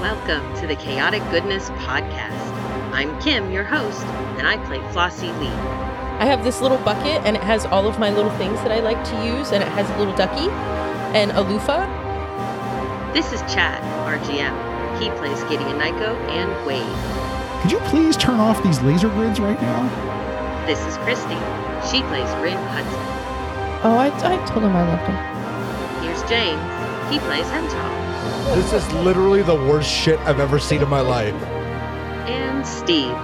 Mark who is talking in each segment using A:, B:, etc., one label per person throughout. A: Welcome to the Chaotic Goodness Podcast. I'm Kim, your host, and I play Flossie Lee.
B: I have this little bucket and it has all of my little things that I like to use and it has a little ducky and a loofah.
A: This is Chad, our GM. He plays Gideon Nyko and Wade.
C: Could you please turn off these laser grids right now?
A: This is Christy. She plays Rin Hudson.
B: Oh, I, I told him I loved him.
A: Here's James. He plays Hemtall.
D: This is literally the worst shit I've ever seen in my life.
A: And Steve,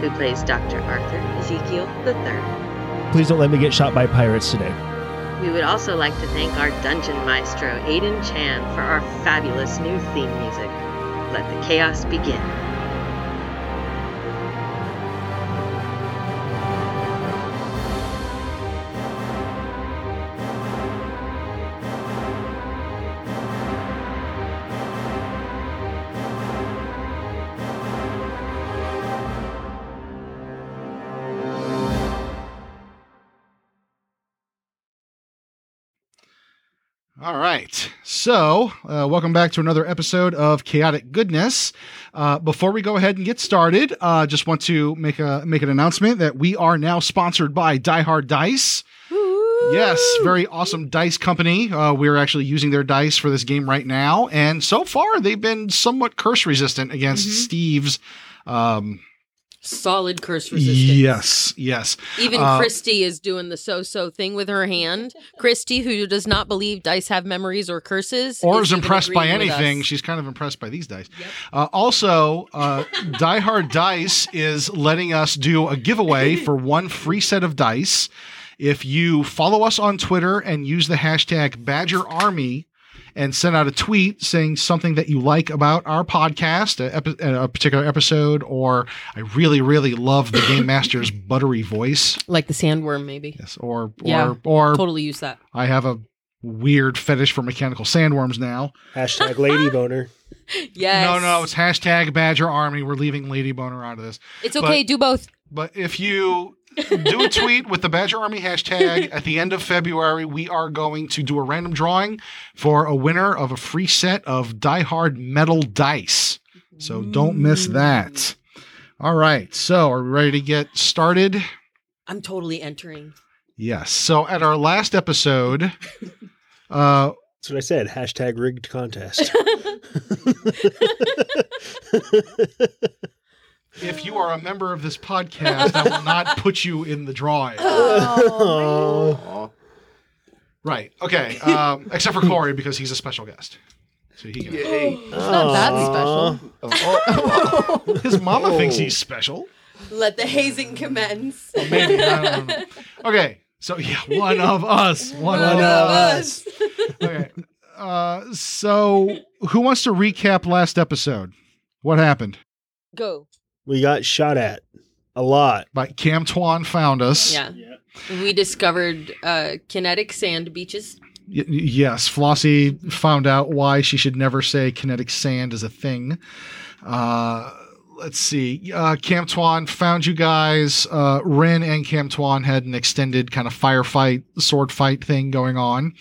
A: who plays Dr. Arthur Ezekiel III.
E: Please don't let me get shot by pirates today.
A: We would also like to thank our dungeon maestro, Aidan Chan, for our fabulous new theme music. Let the chaos begin.
C: All right. So, uh, welcome back to another episode of Chaotic Goodness. Uh, before we go ahead and get started, uh, just want to make a make an announcement that we are now sponsored by Die Hard Dice. Yes, very awesome dice company. Uh, we're actually using their dice for this game right now, and so far they've been somewhat curse resistant against Steve's. Um,
F: solid curse resistance.
C: yes, yes.
F: Even
C: Uh,
F: Christy is doing the so-so thing with her hand. Christy, who does not believe dice have memories or curses,
C: or is
F: even
C: impressed by
F: agreeing with
C: anything.
F: us.
C: She's kind of impressed by these dice. Uh, also, uh, Die Hard Dice is letting us do a giveaway for one free set of dice. If you follow us on Twitter and use the hashtag Badger Army and send out a tweet saying something that you like about our podcast, a, epi- a particular episode, or I really, really love the Game Master's buttery voice.
F: like the sandworm, maybe.
C: Yes, or or
F: Yeah,
C: or
F: Totally use that.
C: I have a weird fetish for mechanical sandworms now.
E: Hashtag lady boner.
F: Yes.
C: No, no, it's hashtag Badger Army. We're leaving Lady Boner out of this.
F: It's okay. do both.
C: But if you do a tweet with the Badger Army hashtag at the end of February, we are going to do a random drawing for a winner of a free set of Die Hard metal dice. So don't miss that. All right. So are we ready to get started?
F: I'm totally entering.
C: Yes. So at our last episode, uh,
E: That's what I said. Hashtag rigged contest.
C: if you are a member of this podcast, I will not put you in the drawing. Right. Okay. Um, except for Corey because he's a special guest. So he can.
E: It's
B: not that special.
C: His mama thinks he's special.
F: Let the hazing commence.
C: Maybe. I don't know. Um, Okay. So yeah, one of us. One,
E: One
C: of
E: of
C: us.
E: us.
C: Okay. Uh, so who wants to recap last episode? What happened?
F: Go.
E: We got shot at a lot.
C: Like Cam Twan found us.
F: Yeah. We discovered uh, kinetic sand beaches.
C: Y- yes, Flossie found out why she should never say kinetic sand is a thing. Uh, let's see. Uh, Cam Twan found you guys. Uh, Ren and Cam Twan had an extended kind of firefight, sword fight thing going on.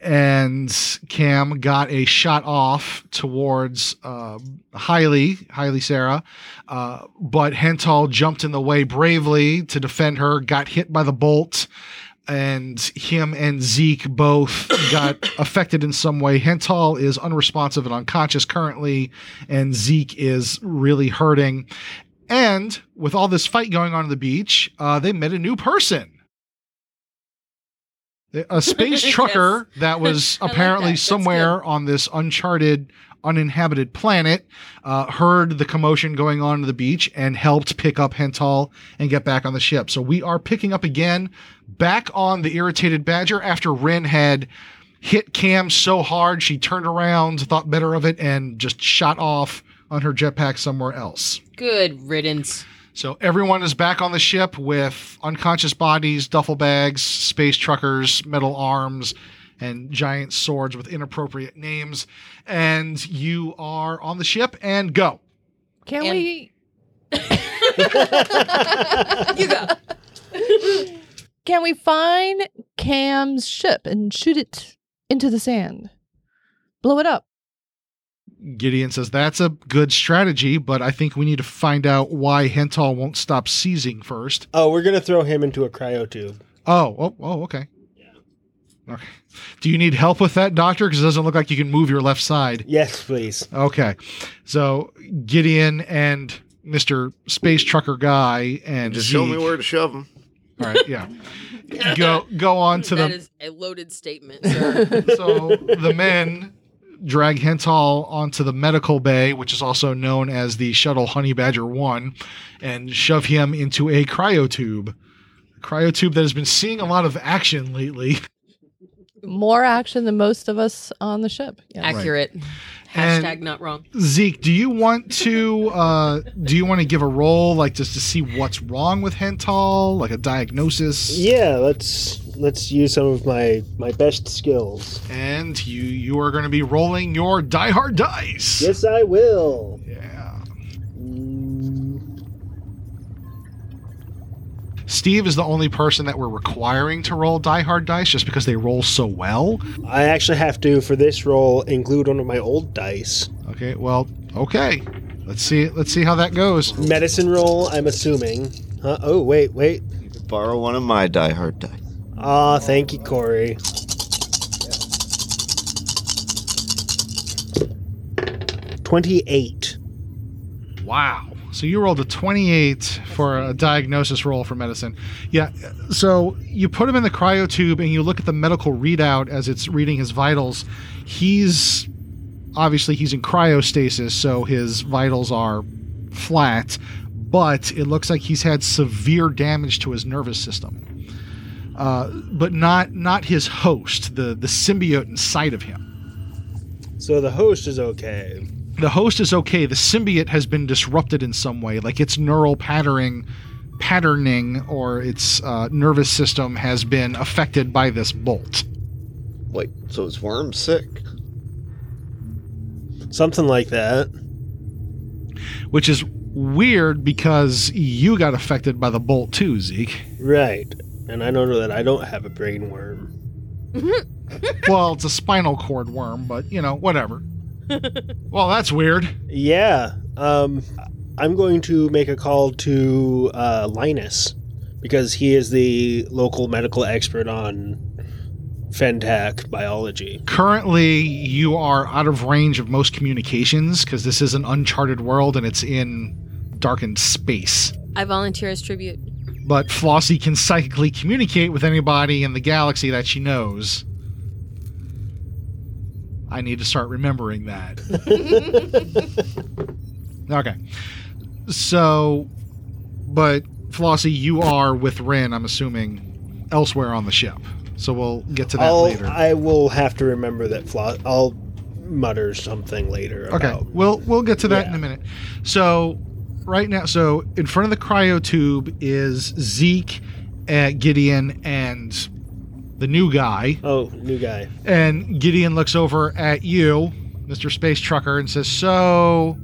C: And Cam got a shot off towards uh, Hailey, Hailey Sarah. Uh, but Hental jumped in the way bravely to defend her, got hit by the bolt and him and Zeke both got affected in some way. Hental is unresponsive and unconscious currently, and Zeke is really hurting. And with all this fight going on on the beach, uh, they met a new person. A space
F: Yes.
C: trucker that was
F: I like
C: apparently
F: that. That's
C: somewhere on this uncharted, uninhabited planet uh, heard the commotion going on to the beach and helped pick up Hental and get back on the ship. So we are picking up again back on the irritated badger after Ren had hit Cam so hard she turned around, thought better of it, and just shot off on her jetpack somewhere else.
F: Good riddance.
C: So everyone is back on the ship with unconscious bodies, duffel bags, space truckers, metal arms, and giant swords with inappropriate names. And you are on the ship and go.
B: Can
F: And-
B: we
F: You go.
G: Can we find Cam's ship and shoot it into the sand? Blow it up.
C: Gideon says, That's a good strategy, but I think we need to find out why Hental won't stop seizing first.
E: Oh, we're gonna throw him into a cryo tube.
C: Oh, oh, oh, okay. Okay. Do you need help with that, doctor? Because it doesn't look like you can move your left side.
E: Yes, please.
C: Okay. So Gideon and Mr. Space Trucker Guy and
H: Just show
C: Zeke-
H: me where to shove them.
C: All right, yeah. Go go on to
F: That
C: the
F: is a loaded statement, sir.
C: so the men drag Hental onto the medical bay, which is also known as the shuttle Honey Badger 1, and shove him into a cryotube. A cryotube that has been seeing a lot of action lately.
G: More action than most of us on the ship. Yeah.
F: Accurate.
C: And-
F: Hashtag not wrong.
C: Zeke, do you want to uh, do you want to give a roll like just to see what's wrong with Hental, like a diagnosis?
E: Yeah, let's let's use some of my my best skills.
C: And you you are going to be rolling your die hard dice.
E: Yes, I will.
C: Yeah.
E: Mm,
C: Steve is the only person that we're requiring to roll die hard dice just because they roll so well.
E: I actually have to for this roll include one of my old dice.
C: Okay, well, okay. Let's see let's see how that goes.
E: Medicine roll, I'm assuming. Huh? Oh, wait, wait.
H: Borrow one of my die hard dice.
E: Ah, thank you, Corey. Twenty-eight.
C: Wow. So you rolled a 28 for a diagnosis roll for medicine. Yeah. So you put him in the cryo tube and you look at the medical readout as it's reading his vitals. He's obviously he's in cryostasis, so his vitals are flat, but it looks like he's had severe damage to his nervous system. Uh, but not not his host, the the symbiote inside of him.
E: So the host is okay.
C: the host is okay. The symbiote has been disrupted in some way, like its neural patterning, patterning, or its uh, nervous system has been affected by this bolt.
H: Wait, so is Worm sick?
E: Something like that.
C: Which is weird because you got affected by the bolt too, Zeke.
E: Right. And I know that I don't have a brain worm.
C: Well, it's a spinal cord worm, but you know, whatever. well, that's weird.
E: Yeah. Um, I'm going to make a call to uh, Linus because he is the local medical expert on Fentac biology.
C: Currently, you are out of range of most communications because this is an uncharted world and it's in darkened space.
F: I volunteer as tribute.
C: but Flossie can psychically communicate with anybody in the galaxy that she knows. I need to start remembering that. okay. So, but Flossie, you are with Ren, I'm assuming, elsewhere on the ship. So we'll get to that
E: I'll,
C: later.
E: I will have to remember that flaw. I'll mutter something later.
C: Okay,
E: About,
C: we'll we'll get to that in
E: Yeah.
C: a minute. So right now, so in front of the cryo tube is Zeke, uh, Gideon, and the new guy.
E: oh, new guy.
C: And Gideon looks over at you, Mr. Space Trucker, and says, "So,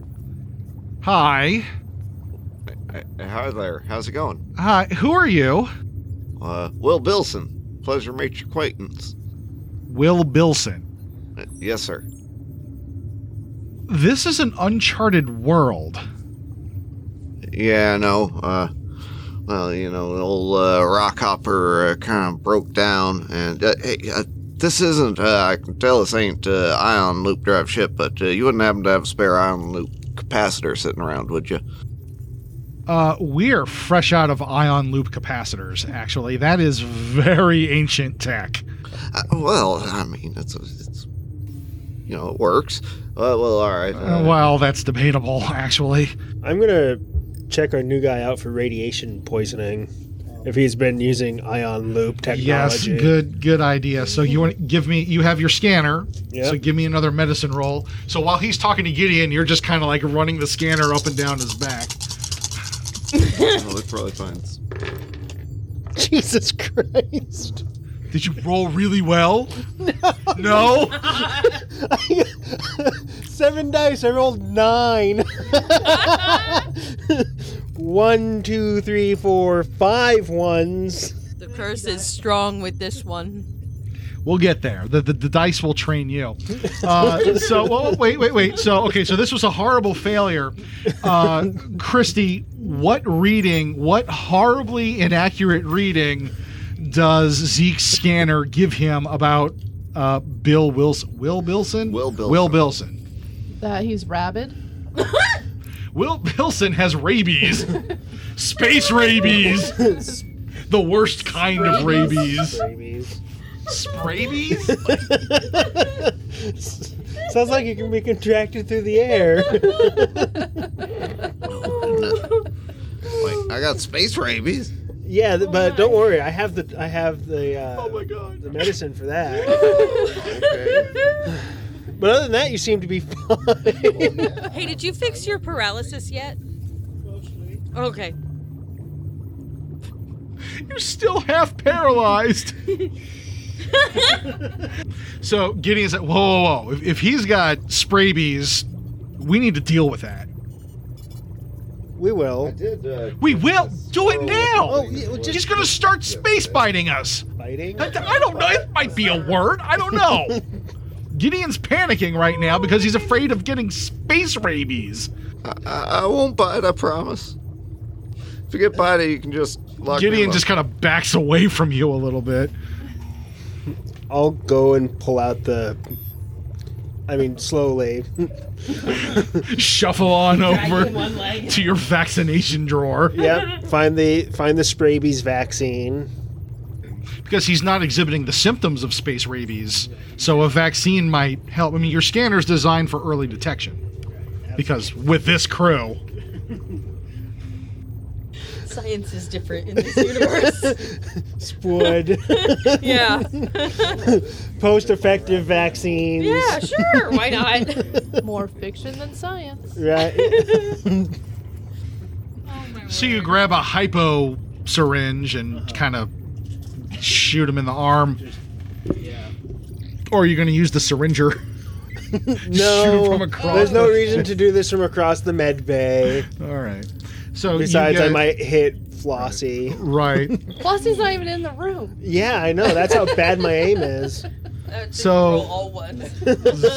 C: hi,
H: Hey, Hi there. How's it going?
C: hi. Who are you?
H: Uh, Will Bilson. Pleasure to meet your acquaintance.
C: Will Bilson.
H: Uh, yes, sir.
C: This is an uncharted world.
H: Yeah, no. Uh, well, you know, the old uh, rock hopper uh, kind of broke down, and uh, hey, uh, this isn't. Uh, I can tell this ain't uh, ion loop drive ship, but uh, you wouldn't happen to have a spare ion loop capacitor sitting around, would you?
C: Uh, we're fresh out of ion loop capacitors. Actually, that is very ancient tech."
H: Uh, well, I mean, it's, it's you know, it works. Uh, well, all right.
C: Uh, well, that's debatable, actually.
E: I'm gonna check our new guy out for radiation poisoning. If he's been using ion loop
C: Yes,
E: technology.
C: good, good idea. So you want to give me? You have your scanner.
E: Yep.
C: So give me another medicine roll. So while he's talking to Gideon, you're just kind of like running the scanner up and down his back.
H: well, it probably finds.
E: Jesus Christ.
C: Did you roll really well? No.
E: Seven dice. I rolled nine. One, two, three, four, five ones.
F: The Curse is strong with this one.
C: We'll get there. The, the, the dice will train you. Uh, so oh, wait, wait, wait. So okay, so this was a horrible failure. Uh, Christy, what reading, what horribly inaccurate reading does Zeke's scanner give him about uh, Bill Wilson? Will Bilson?
H: Will Bilson.
C: Will Bilson.
G: That he's rabid.
C: Will Bilson has rabies. Space rabies. The worst kind of rabies.
E: Rabies.
C: Sprabies?
E: Sounds like it can be contracted through the air.
H: Like, I got space rabies.
E: yeah, th- but don't worry. I have the I have the uh,
C: Oh my god.
E: the medicine for that. but other than that, you seem to be fine.
F: Hey, did you fix your paralysis yet? Okay.
C: You're still half paralyzed. so Gideon's like, whoa, whoa, whoa. If, if he's got sprabies, we need to deal with that.
E: we will
H: did. Uh,
C: We will do it now.
E: Oh, yeah, well,
C: he's
E: just-
C: gonna start space biting us.
E: fighting.
C: I, I don't know. It might be a word. I don't know. Gideon's panicking right now because he's afraid of getting space rabies.
H: I, I won't bite. I promise. If you get bited, you can just lock me
C: Gideon
H: up.
C: just kind of backs away from you a little bit.
E: I'll go and pull out the. I mean, slowly.
C: Shuffle on over
B: one leg.
C: to your vaccination drawer.
E: yep. Find the find the Sprabies vaccine.
C: because he's not exhibiting the symptoms of space rabies. So a vaccine might help. I mean, your scanner's designed for early detection. Because with this crew,
B: Science is different in this universe.
E: Spood.
F: Yeah.
E: Post effective vaccines.
F: Yeah, sure. Why not?
G: More fiction than science.
E: Right.
C: so you grab a hypo syringe and kind of shoot him in the arm. Or are you going to use the syringer?
E: No.
C: Shoot from across
E: There's no
C: the-
E: reason to do this from across the med bay.
C: All right. So you
E: Besides, I
C: guys-
E: might hit Flossie.
C: Right.
G: Plus, he's not even in the room.
E: Yeah, I know. That's how bad my aim is.
C: so
F: All ones.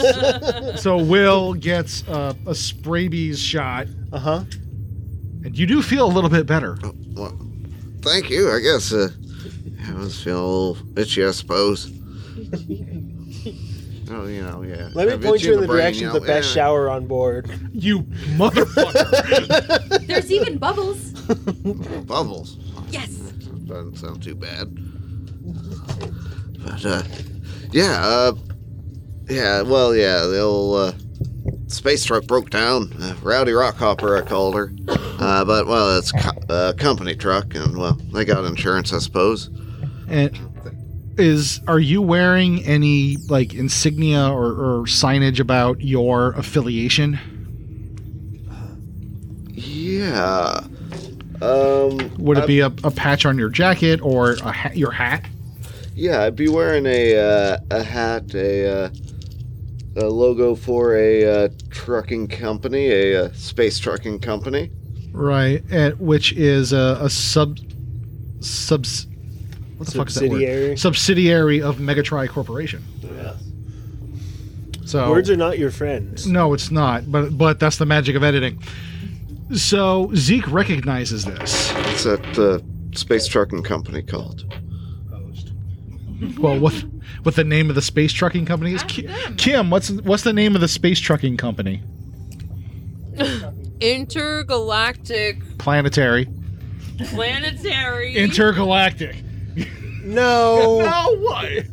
C: so Will gets uh, a sprabies shot,
E: Uh huh.
C: and you do feel a little bit better.
H: Well, thank you. I guess uh, I was feeling a little itchy, I suppose. oh, you know, yeah.
E: Let me
H: Have
E: point
H: itchy
E: you in the,
H: brain,
E: direction
H: you
E: of the
H: know,
E: best
H: yeah.
E: shower on board.
C: You motherfucker!
I: There's even bubbles.
H: Bubbles.
I: Yes.
H: Doesn't sound too bad. But uh, yeah, uh, yeah. Well, yeah. The old uh, space truck broke down. Uh, Rowdy Rockhopper, I called her. Uh, but well, it's co- uh, company truck, and well, they got insurance, I suppose.
C: And is are you wearing any like insignia or, or signage about your affiliation?
H: Yeah. Um.
C: Would it
H: I-
C: be a, a patch on your jacket or a ha- your hat?
H: Yeah, I'd be wearing a uh, a hat, a uh, a logo for a uh, trucking company, a uh, space trucking company.
C: Right, and, which is a, a sub subs. What the fuck is that
E: Subsidiary.
C: word? Subsidiary of Megatri Corporation. So
E: Words are not your friends.
C: No, it's not. But but that's the magic of editing. So Zeke recognizes this.
H: What's that uh, space trucking company called?
C: Well, what what the name of the space trucking company is? Ki- Kim, what's what's the name of the space trucking company?
F: Intergalactic
C: Planetary,
F: planetary.
C: intergalactic.
E: No.
C: Oh, what?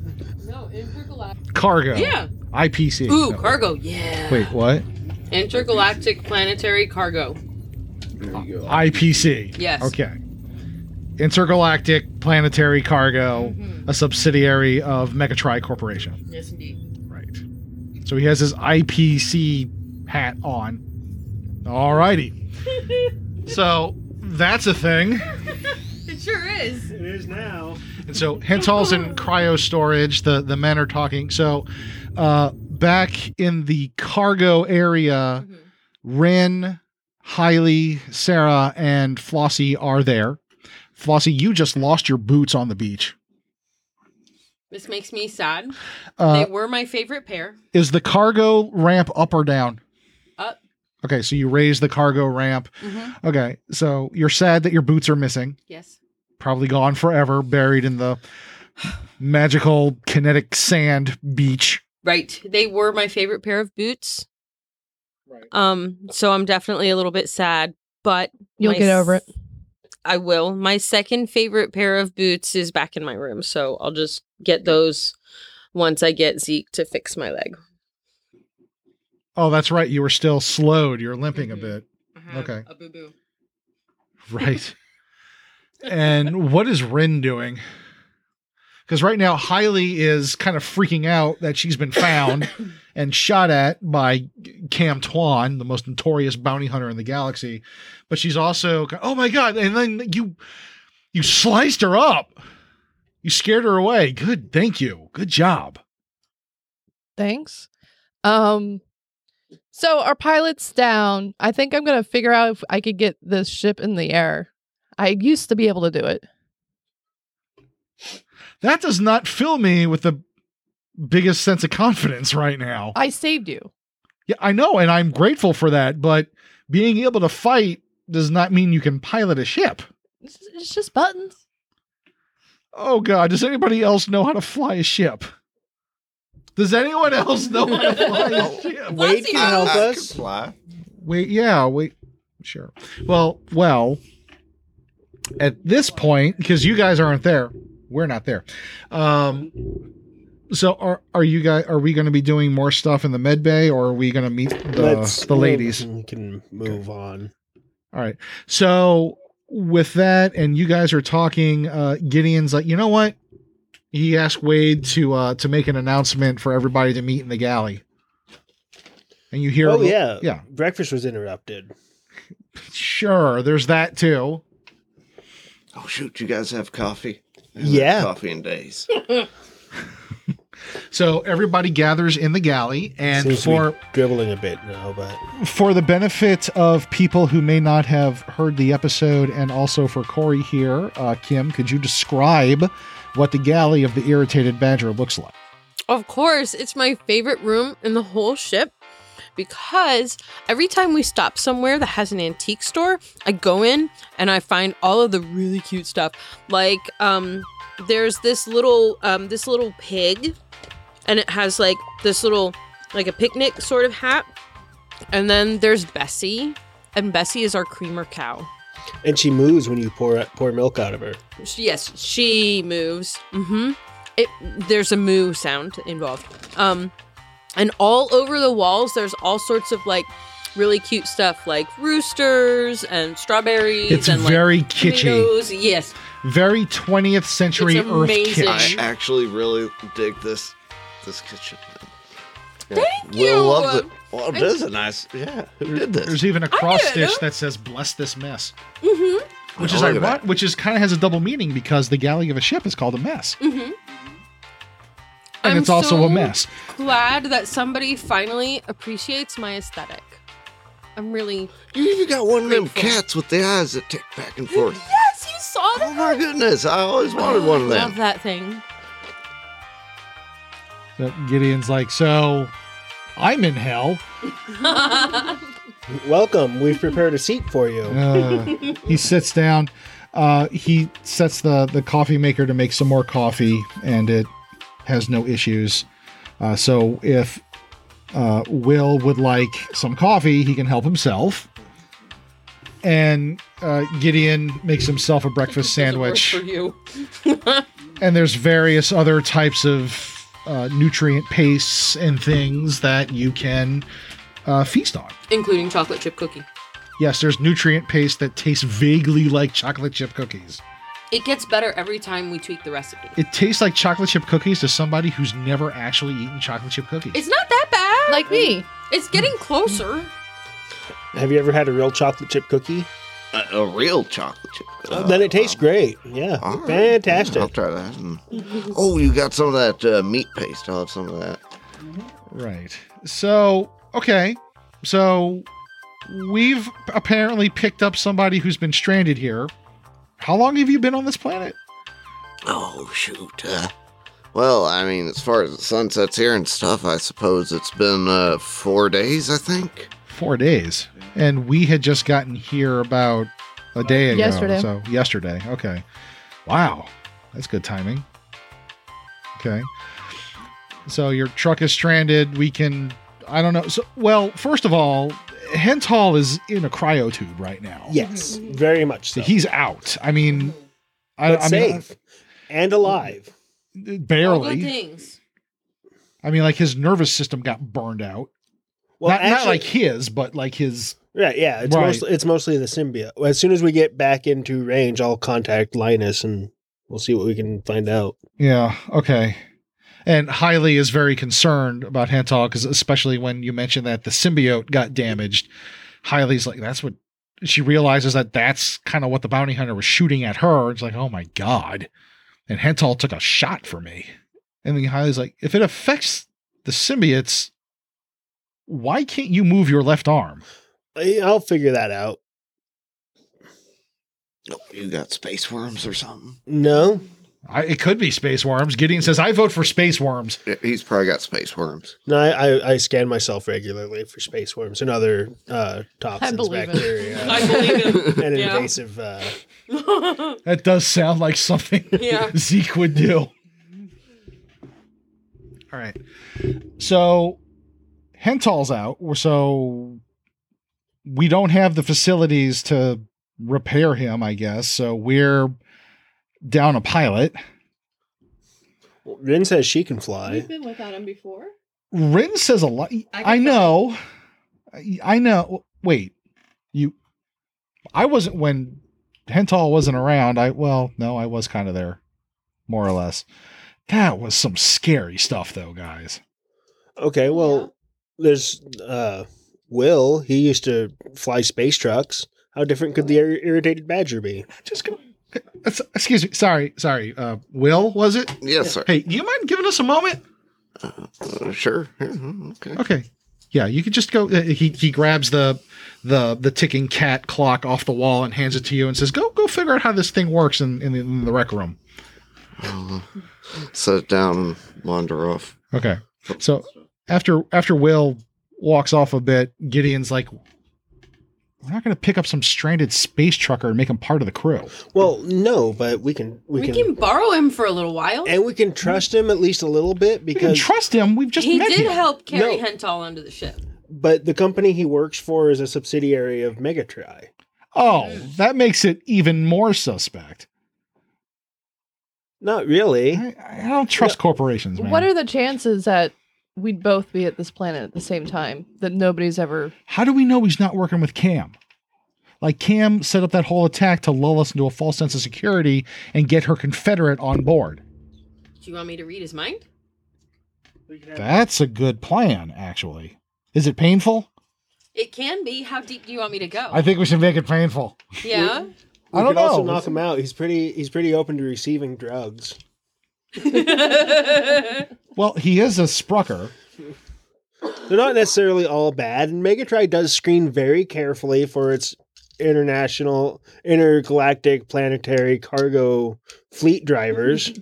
C: No, intergalactic. Cargo.
F: Yeah.
C: IPC.
F: Ooh,
C: No,
F: cargo. Yeah.
C: Wait, what?
F: Intergalactic planetary cargo.
C: IPC.
F: Yes.
C: Okay. Intergalactic Planetary Cargo, a subsidiary of Megatri Corporation.
F: Mm-hmm. Yes, indeed.
C: Right. So he has his IPC hat on. Alrighty. so that's a thing.
I: It sure is.
E: It is now.
C: And so Hental's in cryo storage. The the men are talking. So uh back in the cargo area,
F: Mm-hmm.
C: Ren, Hailey, Sarah, and Flossie are there. Flossie, you just lost your boots on the beach.
F: This makes me sad.
C: Uh,
F: they were my favorite pair.
C: is the cargo ramp up or down?
F: Up.
C: Okay, so you raise the cargo ramp.
F: hmm
C: Okay, so you're sad that your boots are missing,
F: Yes.
C: probably gone forever, buried in the magical kinetic sand beach.
F: Right. They were my favorite pair of boots. Um, so I'm definitely a little bit sad, but
G: You'll
F: my
G: get over it.
F: s- I will. My second favorite pair of boots is back in my room, so I'll just get those once I get Zeke to fix my leg.
C: Oh, that's right. You were still slowed. You're limping a
F: Mhm.
C: bit. Okay.
F: A boo boo.
C: Right. and what is Rin doing? Because right now, Hailey is kind of freaking out that she's been found and shot at by Cam Tuan, the most notorious bounty hunter in the galaxy. But she's also, oh my god! And then you, you sliced her up. You scared her away. Good, thank you. Good job.
G: Thanks. Um so our pilot's down. I think I'm gonna figure out if I could get this ship in the air. I used to be able to do it.
C: That does not fill me with the biggest sense of confidence right now.
G: I saved you.
C: Yeah, I know, and I'm grateful for that, but being able to fight does not mean you can pilot a ship.
G: It's, it's just buttons.
C: Oh god, does anybody else know how to fly a ship? Does anyone else know how to fly a ship?
E: Wade can help
H: I
E: us.
C: Uh,
H: could fly.
C: Wait, yeah, wait. Sure. Well, well, at this point, because you guys aren't there, we're not there. Um so are are you guys are we going to be doing more stuff in the med bay or are we going to meet the, the ladies?
E: We can move on.
C: All right. So with that, and you guys are talking, uh, Gideon's like, you know what? He asked Wade to uh, to make an announcement for everybody to meet in the galley. And you hear,
E: Oh yeah,
C: yeah,
E: Breakfast was interrupted.
C: sure. There's that too.
H: Oh shoot, you guys have coffee? I haven't
E: Yeah.
H: had Coffee in days.
C: So everybody gathers in the galley, and
E: Seems to be
C: for
E: dribbling a bit now, but
C: for the benefit of people who may not have heard the episode, and also for Corey here, uh, Kim, could you describe what the galley of the irritated badger looks like?
F: Of course, it's my favorite room in the whole ship because every time we stop somewhere that has an antique store, I go in and I find all of the really cute stuff. Like um there's this little um this little pig and it has like this little like a picnic sort of hat. And then there's Bessie and Bessie is our creamer cow.
E: and she moves when you pour pour milk out of her.
F: She- Yes, she moves. Mm-hmm. It there's a moo sound involved. Um, and all over the walls, there's all sorts of like really cute stuff, like roosters and strawberries
C: It's
F: and like
C: very kitschy.
F: tomatoes. Yes,
C: Very 20th century
F: It's
C: Earth
F: amazing.
C: kitsch.
H: I actually really dig this this kitchen.
F: Thank
H: Will
F: you.
H: loves it. Well,
F: I-
H: it is a nice. Yeah, who did this?
C: There's even a cross stitch
F: know.
C: that says "Bless this mess,"
F: Mm-hmm.
C: which
H: Oh,
C: is
H: look at
C: ironic, which is kind of has a double meaning because the galley of a ship is called a mess, and
F: Mm-hmm. I'm
C: it's also
F: so
C: a mess.
F: Glad that somebody finally appreciates my aesthetic. I'm really
H: You even got one of them
F: Grateful.
H: cats with the eyes that tick back and forth.
F: yes. You saw
H: Oh my goodness! I always wanted one of
F: I love
H: them.
F: that thing.
C: So Gideon's like, "So, I'm in hell."
E: Welcome. We've prepared a seat for you.
C: Uh, he sits down. Uh, he sets the the coffee maker to make some more coffee, and it has no issues. Uh, so if uh, Will would like some coffee, he can help himself. And uh, Gideon makes himself a breakfast sandwich,
F: you.
C: and there's various other types of uh, nutrient pastes and things that you can uh, feast on.
F: including chocolate chip cookie.
C: Yes, there's nutrient paste that tastes vaguely like chocolate chip cookies.
F: It gets better every time we tweak the recipe.
C: It tastes like chocolate chip cookies to somebody who's never actually eaten chocolate chip cookies.
F: It's not that bad.
G: Like me.
F: it's getting closer.
E: Have you ever had a real chocolate chip cookie?
H: A, a real chocolate chip.
F: Oh,
H: Uh,
E: then it tastes great. Yeah,
H: all right. Yeah, I'll
E: fantastic.
H: try that. And- oh, you got some of that uh, meat paste. I'll have some of that.
C: right. So, okay. So we've apparently picked up somebody who's been stranded here How long have you been on this planet?
H: Oh shoot. Uh, well, I mean, as far as the sunsets here and stuff, I suppose it's been uh, four days. I think.
C: Four days. And we had just gotten here about a day ago.
G: Yesterday.
C: So yesterday. Okay. Wow. That's good timing. Okay. So your truck is stranded. We can I don't know. So well, first of all, Henthal is in a cryo tube right now.
E: Yes, very much so.
C: So he's out. I mean I,
E: but
C: I mean
E: safe and alive.
C: I-
F: All good
C: barely.
F: things.
C: I mean like his nervous system got burned out.
E: Well,
C: not, not
E: actually-
C: like his, but like his
E: yeah, yeah. It's
C: Right.
E: mostly it's mostly the symbiote. As soon as we get back into range, I'll contact Linus and we'll see what we can find out.
C: Yeah. Okay. And Hailey is very concerned about Hantal because, especially when you mentioned that the symbiote got damaged, Hailey's like, "That's what." She realizes that that's kind of what the bounty hunter was shooting at her. It's like, "Oh my god!" And Hental took a shot for me. And then Hailey's like, "If it affects the symbiotes, why can't you move your left arm?"
E: I- I'll figure that out.
H: Oh, you got space worms or something?
E: No,
C: I, it could be space worms. Gideon says, "I vote for space worms."
H: Yeah, He's probably got space worms.
E: no. I, I, I scan myself regularly for space worms and other uh, toxins,
G: believe it.
F: I
E: bacteria,
F: believe
E: and
F: yeah.
E: invasive. Uh,
F: it.
C: That does sound like something
F: Yeah.
C: Zeke would do. All right. So Hental's out, so we don't have the facilities to repair him, I guess. So we're down a pilot.
E: Rin says she can fly.
I: We've been without him before.
C: Rin says a lot. I,
I: I can
C: know. I, I know. Wait, you. I wasn't when Hental wasn't around. I well, no, I was kind of there, more or less. That was some scary stuff, though, guys.
E: Okay, well, there's uh, Will. He used to fly space trucks. How different could the ir- irritated badger be?
C: Just go. that's- Excuse me. Sorry, sorry. Uh, Will was it?
H: Yes, sir.
C: Hey, do you mind giving us a moment?
H: Uh, sure. Mhm, Okay.
C: Okay. Yeah, you could just go. Uh, he he grabs the the the ticking cat clock off the wall and hands it to you and says, "Go go figure out how this thing works in in the, in the rec room."
H: uh, Sit down, and wander off.
C: Okay. So after after Will walks off a bit, Gideon's like, "We're not going to pick up some stranded space trucker and make him part of the crew."
E: Well, no, but we can we,
F: We, can, borrow him for a little while.
E: and we can trust him at least a little bit
C: We can
E: because
C: trust him. We've just
F: he
C: met
F: did
C: him.
F: help carry
E: No.
F: Hental onto the ship.
E: but the company he works for is a subsidiary of Megatri.
C: oh, that makes it even more suspect.
E: Not really.
C: I, I don't trust corporations, man.
G: What are the chances that we'd both be at this planet at the same time? That nobody's ever.
C: How do we know he's not working with Cam? Like Cam set up that whole attack to lull us into a false sense of security and get her Confederate on board.
F: Do you want me to read his mind?
C: That's a good plan, actually. Is it painful?
F: It can be. How deep do you want me to go?
C: I think we should make it painful.
F: yeah.
E: We
C: I don't
E: could also
C: know.
E: knock him out. He's pretty he's pretty open to receiving drugs.
C: Well, he is a sprucker.
E: They're not necessarily all bad, and Megatri does screen very carefully for its international intergalactic planetary cargo fleet drivers.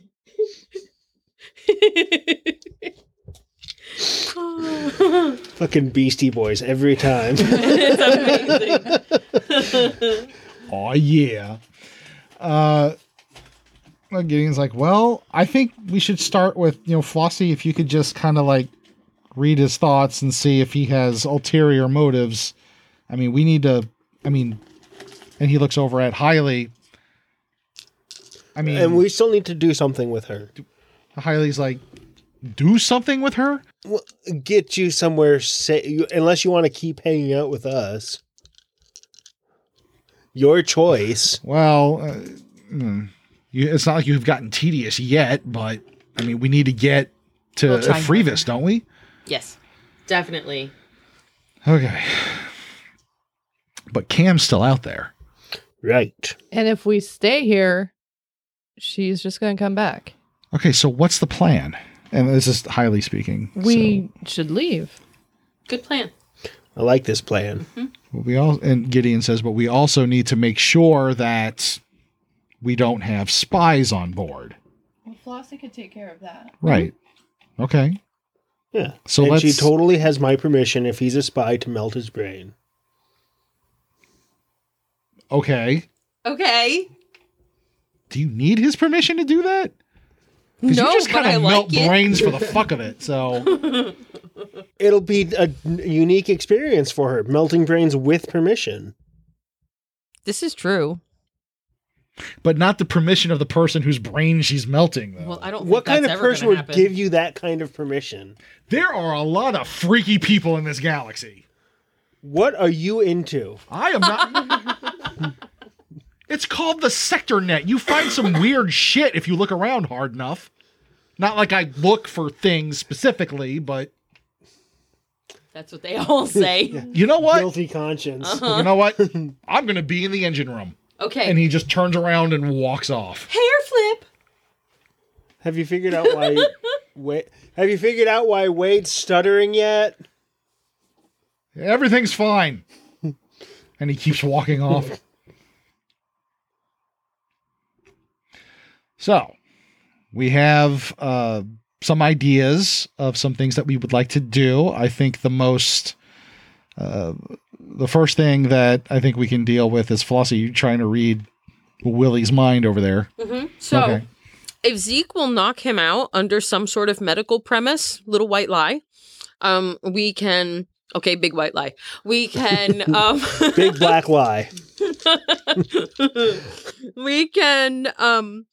E: Fucking beastie boys every time.
F: it's amazing.
C: Oh yeah. Uh well, Gideon's like, well, I think we should start with, you know, Flossie, if you could just kind of like read his thoughts and see if he has ulterior motives. I mean, we need to I mean and he looks over at Hailey. I mean
E: and we still need to do something with her.
C: Hailey's like, do something with her?
E: Well, get you somewhere safe, you, unless you want to keep hanging out with us. Your choice.
C: Well, uh, mm, you, it's not like you've gotten tedious yet, but I mean, we need to get to
F: We'll try
C: Frevis, don't we?
F: yes, definitely.
C: Okay. But Cam's still out there.
E: Right.
G: And if we stay here, she's just going to come back.
C: Okay, so what's the plan? And this is highly speaking.
G: We should leave.
F: Good plan.
E: I like this plan.
C: So we all and Gideon says, but we also need to make sure that we don't have spies on board.
G: Well, Flossie could take care of that.
C: Right.
F: Mm-hmm.
C: Okay.
E: Yeah.
C: So
E: and she
C: let's-
E: totally has my permission if he's a spy to melt his brain.
C: Okay.
I: Okay.
C: Do you need his permission to do that? Because
F: No,
C: you just
F: but
C: kind
F: I
C: of melt
F: like it.
C: brains for the fuck of it. So
E: It'll be a n- unique experience for her, melting brains with permission.
F: This is true.
C: but not the permission of the person whose brain she's melting though.
F: Well, I don't.
E: What
F: think
E: kind
F: that's
E: of
F: ever
E: person
F: gonna
E: would
F: happen.
E: give you that kind of permission?
C: there are a lot of freaky people in this galaxy.
E: What are you into?
C: I am not It's called the sector net. You find some weird shit if you look around hard enough. Not like I look for things specifically, but
F: That's what they all say.
C: you know what?
E: Guilty conscience.
F: Uh-huh.
C: You know what? I'm going to be in the engine room.
F: Okay.
C: And he just turns around and walks off.
F: Hair flip.
E: Have you figured out why? Wait, have you figured out why Wade's stuttering yet?
C: Everything's fine. and he keeps walking off. so, we have uh, some ideas of some things that we would like to do. I think the most. Uh, the first thing that I think we can deal with is Flossie. You trying to read Willie's mind over there?
F: So
C: Okay.
F: if Zeke will knock him out under some sort of medical premise, little white lie, um, we can. Okay, big white lie. We can. Um,
E: Big black lie.
F: we can. Um,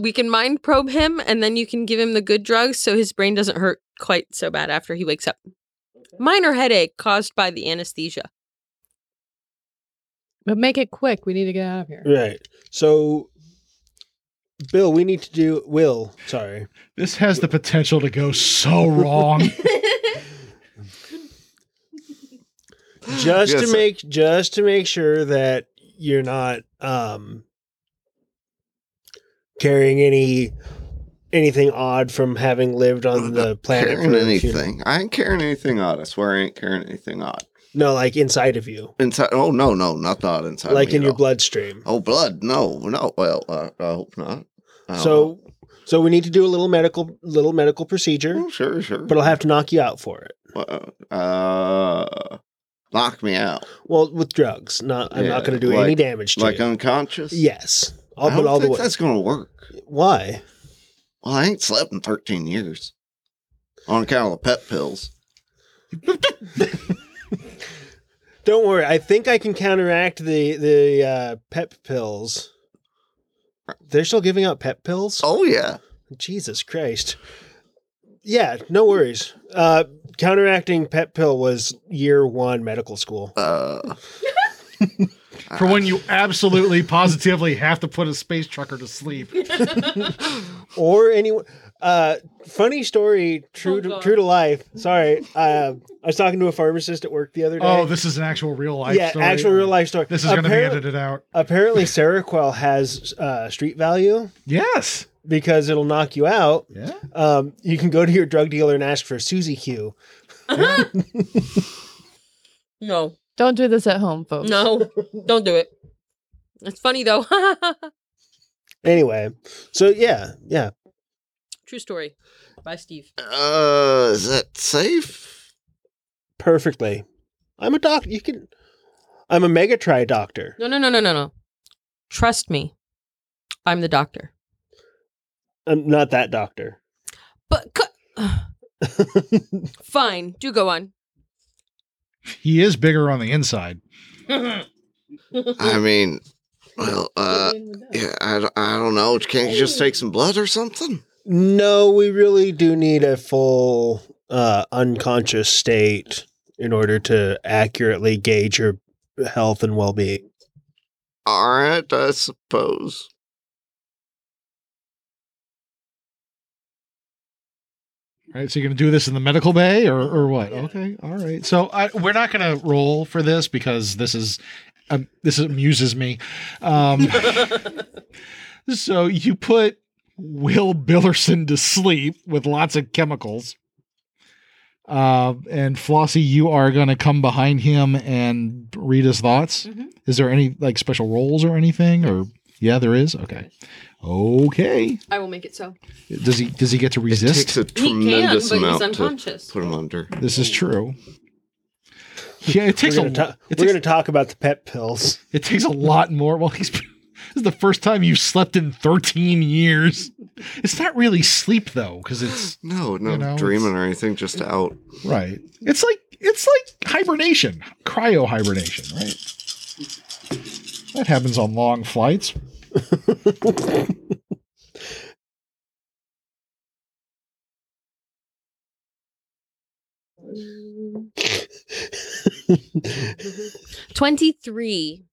F: we can mind probe him, and then you can give him the good drugs so his brain doesn't hurt quite so bad after he wakes up. Minor headache caused by the anesthesia.
G: But make it quick. We need to get out of here.
E: Right. So, Bill, we need to do. Will, sorry.
C: This has the potential to go so wrong.
E: just
H: Yes,
E: to
H: sir.
E: make just to make sure that you're not um carrying any anything odd from having lived on the planet
H: carrying
E: for a few-
H: anything. I ain't carrying anything odd. I swear I ain't carrying anything odd.
E: no like inside of you
H: Inside? Oh no, no, not not inside.
E: like
H: me
E: in
H: at
E: your
H: all.
E: bloodstream
H: Oh, blood? No, no. Well, uh, I hope not. I don't
E: so so we need to do a little medical little medical procedure
H: know. Oh, sure, sure.
E: but i'll have to knock you out for it
H: uh, knock me out,
E: well with drugs not i'm not
H: Yeah,
E: going to do any
H: like-
E: damage to
H: like
E: you
H: unconscious.
E: yes all,
H: I
E: but
H: don't
E: all the
H: think
E: way
H: that's gonna work.
E: why
H: Well, I ain't slept in thirteen years on account of the pet pills.
E: don't worry i think i can counteract the the uh, pep pills they're still giving out pep pills
H: Oh yeah,
E: Jesus Christ. Yeah, no worries. Uh, counteracting pet pill was year one medical school.
H: uh,
C: for when you absolutely positively have to put a space trucker to sleep.
E: Or anyone. Uh, funny story, true to, true to life. Sorry, uh, I was talking to a pharmacist at work the other day.
C: Oh, this is an actual real life.
E: yeah,
C: story.
E: actual real life story.
C: This is going to be
E: Apparent-
C: edited out.
E: Apparently, Seroquel has uh, street value
C: Yes.
E: because it'll knock you out.
C: Yeah.
E: Um, you can go to your drug dealer and ask for Susie Q.
F: No,
G: Don't do this at home, folks.
F: no, don't do it. It's funny though.
E: Anyway, so yeah, yeah.
F: True story. By Steve.
H: uh, is that safe?
E: perfectly. I'm a doctor. You can. I'm a mega try doctor.
F: No, no, no, no, no, no. Trust me. I'm the doctor.
E: I'm not that doctor.
F: But c- fine, do go on.
C: He is bigger on the inside.
H: I mean, well, uh, yeah, I, don't- I don't know. Can't you just take some blood or something?
E: no, we really do need a full uh, unconscious state in order to accurately gauge your health and well being.
H: All right, I suppose.
C: All right. So you're going to do this in the medical bay or, or what? Okay. All right. So I, we're not going to roll for this because this is, um, this amuses me. Um, so you put Will Billerson to sleep with lots of chemicals. Uh, and Flossie, you are going to come behind him and read his thoughts. Is there any like special roles or anything or Yeah, there is. Okay. Okay.
F: I will make it so.
C: Does he does he get to resist?
H: Takes a tremendous
F: he can, but
H: amount
F: he's
H: to
F: unconscious.
H: put him under.
C: this is true. Yeah, it
E: We're
C: takes a
E: gonna,
C: lot.
E: ta-
C: it,
E: we're
C: takes,
E: gonna talk about the pet pills.
C: it takes a lot more. Well, he's this is the first time you've slept in 13 years. It's not really sleep though, because it's
H: No, no
C: know,
H: dreaming or anything, just out.
C: right. It's like it's like hibernation, cryo hibernation, right? That happens on long flights.
F: Twenty three.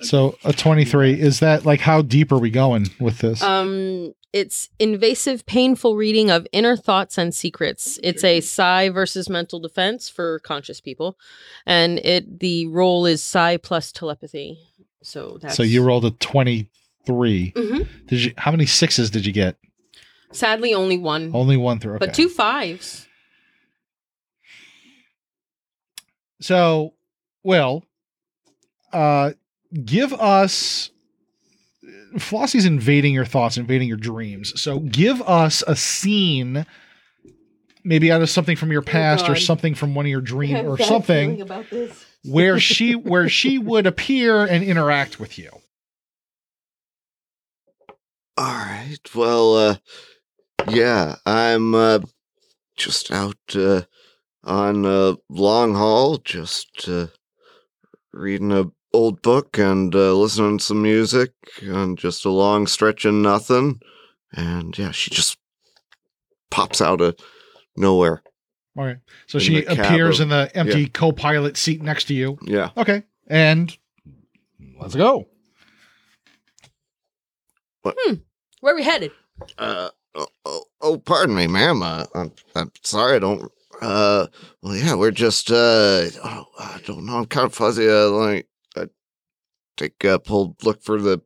C: So a 23 is that like how deep are we going with this?
F: Um, it's invasive, painful reading of inner thoughts and secrets. It's a psi versus mental defense for conscious people, and it the role is psi plus telepathy. So that's
C: so you rolled a 23.
F: Mhm.
C: Did you how many sixes did you get?
F: sadly only one,
C: Only one through. Okay.
F: but two fives.
C: So, well, uh, give us. uh, Flossie's invading your thoughts, invading your dreams. So, give us a scene, maybe out of something from your past or
F: God.
C: something from one of your dreams or something, where she where she would appear and interact with you.
H: All right. Well, uh, yeah, I'm uh, just out uh, on a long haul, just uh, reading a old book and uh, listening to some music and just a long stretch of nothing. And yeah, she just pops out of nowhere.
C: All right. So
H: In
C: she
H: the cab
C: appears
H: of-
C: in the empty co-pilot seat next to you.
H: Yeah.
C: Okay, and let's go.
F: Where are we headed?
H: Uh, oh, oh, oh, pardon me, ma'am. Uh, I'm, I'm sorry. I don't. Uh, well, yeah, we're just. Uh, oh, I don't know. I'm kind of fuzzy. Uh, like, I take a pull, look for the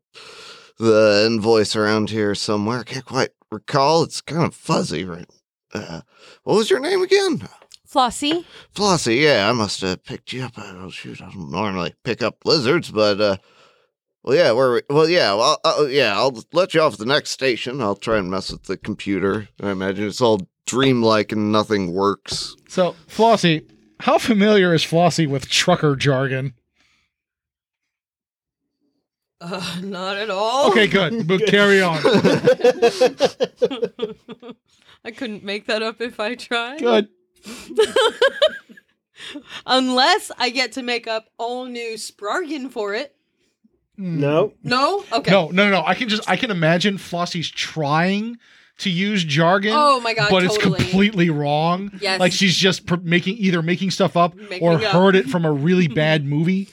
H: the invoice around here somewhere. I can't quite recall. It's kind of fuzzy, right? Uh, what was your name again?
F: Flossie.
H: Flossie. Yeah, I must have picked you up. I don't shoot. I don't normally pick up lizards, but uh, well, yeah, where? We, well, yeah, well, uh, yeah. I'll let you off at the next station. I'll try and mess with the computer. I imagine it's all dreamlike and nothing works.
C: So Flossie, how familiar is Flossie with trucker jargon?
F: Uh, not at all.
C: Okay, good. But carry on.
F: I couldn't make that up if I tried.
C: Good.
F: Unless I get to make up all new Sprargan for it.
E: No,
F: No? Okay.
C: Hmm. No, no, no. I can just I can imagine Flossie's trying to use jargon,
F: Oh my god,
C: but
F: totally.
C: it's completely wrong.
F: Yes.
C: Like she's just pr- making either making stuff up
F: Making
C: or
F: it up.
C: heard it from a really bad movie.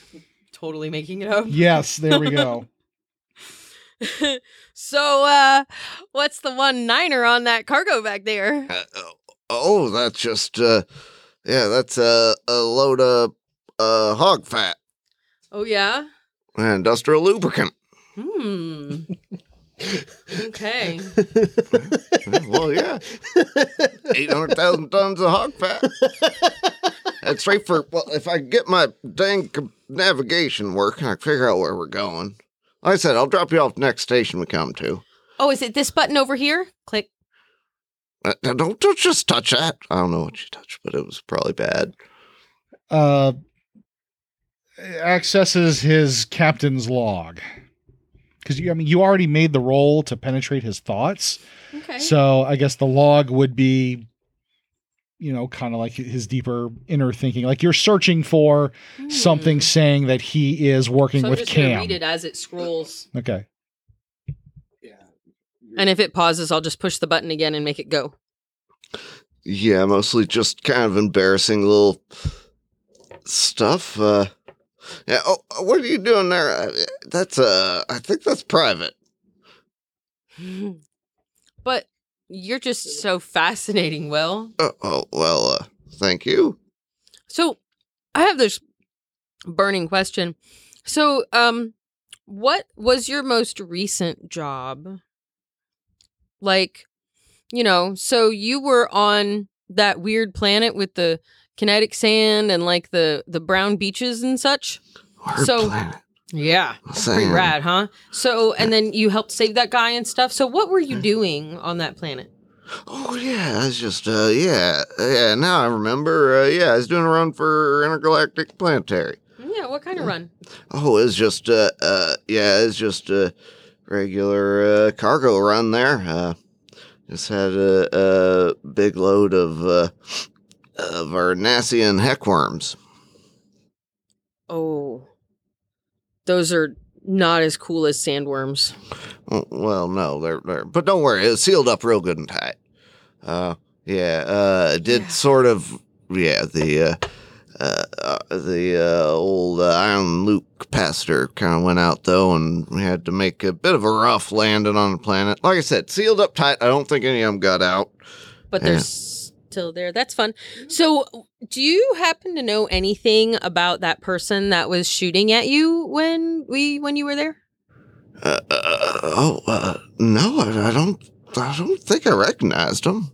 F: totally making it up.
C: Yes, there we go.
F: So uh what's the one niner on that cargo back there?
H: Uh, oh, that's just uh, yeah, that's a a load of uh hog fat,
F: Oh yeah.
H: industrial lubricant.
F: Hmm. okay.
H: well, yeah, eight hundred thousand tons of hog fat. That's straight for. Well, if I get my dang com- navigation working, I can figure out where we're going. Like I said, I'll drop you off next station we come to.
F: Oh, is it this button over here? Click.
H: Uh, now don't, don't just touch that. I don't know what you touched, but it was probably bad.
C: Uh accesses his captain's log. Cuz you I mean you already made the roll to penetrate his thoughts.
F: Okay.
C: So I guess the log would be, you know, kind of like his deeper inner thinking. Like you're searching for something saying that he is working
F: Hmm. so I'm
C: with
F: just
C: Cam.
F: gonna read it as it scrolls.
C: Okay.
F: And if it pauses, I'll just push the button again and make it go.
H: Yeah, mostly just kind of embarrassing little stuff. Uh, yeah. Oh, what are you doing there? Uh, That's uh, I think that's private.
F: But you're just so fascinating, Will.
H: Uh, oh well. Uh, thank you.
F: So I have this burning question. So um what was your most recent job? Like, you know, so you were on that weird planet with the kinetic sand and like the the brown beaches and such.
H: Our
F: So-
H: planet.
F: Yeah. That's pretty
H: Same.
F: rad, huh? So, and then you helped save that guy and stuff. So, what were you doing on that planet?
H: Oh yeah, that's just uh yeah yeah. Now I remember. Uh, yeah, I was doing a run for intergalactic planetary.
F: Yeah, what kind of run?
H: Oh, it's just uh uh yeah, it's just a regular uh, cargo run there. Uh, just had a, a big load of uh, of Arnassian heckworms.
F: Oh, those are not as cool as sandworms.
H: Oh, Well, no, they're they're but don't worry, it's sealed up real good and tight. Uh, yeah, uh, it did
F: Yeah.
H: sort of yeah the uh, uh, uh, the uh, old uh, iron loop capacitor kind of went out though, and we had to make a bit of a rough landing on the planet. Like I said, sealed up tight. I don't think any of them got out.
F: but
H: Yeah.
F: they're still there. That's fun. So, do you happen to know anything about that person that was shooting at you when we when you were there?
H: Uh, uh, uh, oh uh, no, I, I don't. I don't think I recognized them.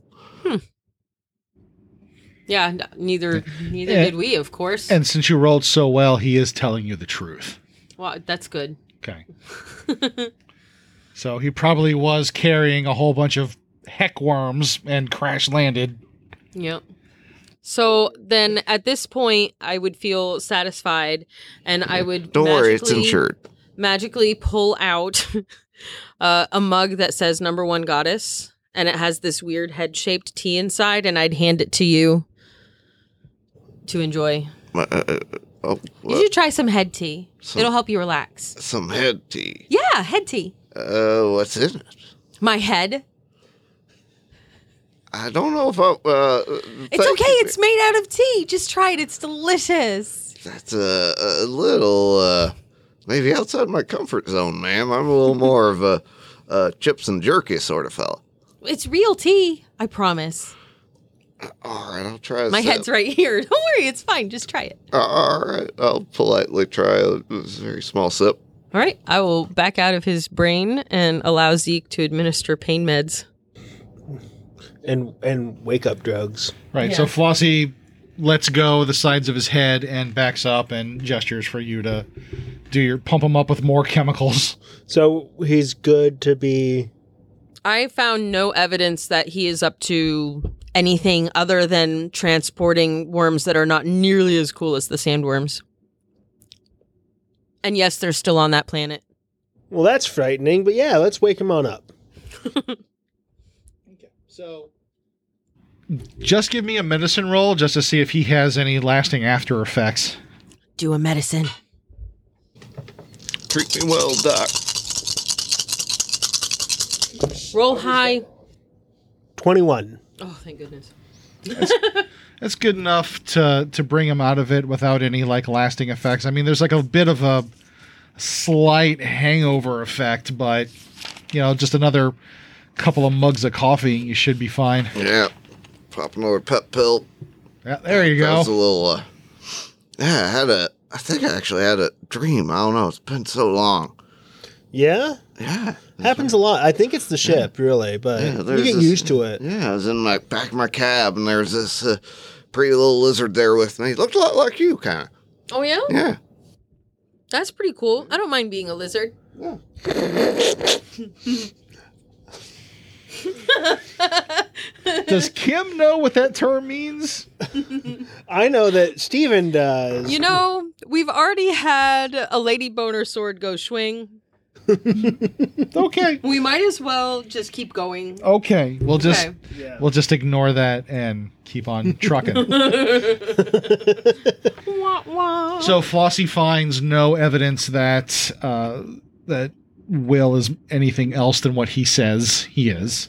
F: Yeah, n- neither neither
C: Yeah.
F: did we, of course.
C: And since you rolled so well, he is telling you the truth.
F: Well, that's good.
C: Okay. So he probably was carrying a whole bunch of heckworms and crash landed.
F: Yep. So then at this point I would feel satisfied and I would
H: Don't worry, it's
F: magically-
H: insured.
F: magically pull out uh, a mug that says number one goddess and it has this weird head shaped tea inside and i'd hand it to you to enjoy
H: Uh, uh, uh, oh,
F: you
H: uh,
F: should try some head tea
H: Some-
F: it'll help you relax
H: some head tea.
F: yeah head tea
H: Uh, what's in it?
F: my head
H: I don't know if I. Uh,
F: it's okay it's made out of tea just try it it's delicious
H: that's a, a little uh, maybe outside my comfort zone, ma'am. I'm a little more of a, a chips and jerky sort of fella.
F: it's real tea i promise
H: All right, I'll try. a
F: my
H: sip. Uh,
F: head's right here don't worry it's fine just try it
H: All right, I'll politely try a very small sip.
F: all right i will back out of his brain and allow zeke to administer pain meds
E: and and wake up drugs.
C: Right. So Flossie lets go the sides of his head and backs up and gestures for you to do your pump him up with more chemicals.
E: So he's good to be.
F: I found no evidence that he is up to anything other than transporting worms that are not nearly as cool as the sandworms. And yes, they're still on that planet.
E: Well, that's frightening, but yeah, let's wake him on up.
C: So just give me a medicine roll just to see if he has any lasting after effects.
F: Do a medicine.
H: Treat me well, doc.
F: Roll high.
E: Twenty-one.
F: Oh, thank goodness.
C: That's good enough to to bring him out of it without any like lasting effects. I mean, there's like a bit of a slight hangover effect, but you know, just another couple of mugs of coffee, and you should be fine.
H: Yeah, pop another pep pill.
C: Yeah, there you
H: That
C: go.
H: was a little. Uh, yeah, I had a. I think I actually had a dream. I don't know. It's been so long.
E: Yeah,
H: Yeah.
E: happens a lot. I think it's the ship, really, but
H: Yeah,
E: you
H: there's
E: get
H: this-
E: used to it.
H: Yeah, I was in my back of my cab, and there was this uh, pretty little lizard there with me. Looked a lot like you, kind of.
F: Oh, yeah?
H: Yeah.
F: That's pretty cool. I don't mind being a lizard.
C: Does Kim know what that term means?
E: I know that Steven does.
F: You know, we've already had a lady boner sword go swing.
C: Okay.
F: We might as well just keep going.
C: Okay. We'll just
F: Okay.
C: we'll just ignore that and keep on trucking.
F: Wah, wah.
C: So Flossie finds no evidence that uh, that Will is anything else than what he says he is.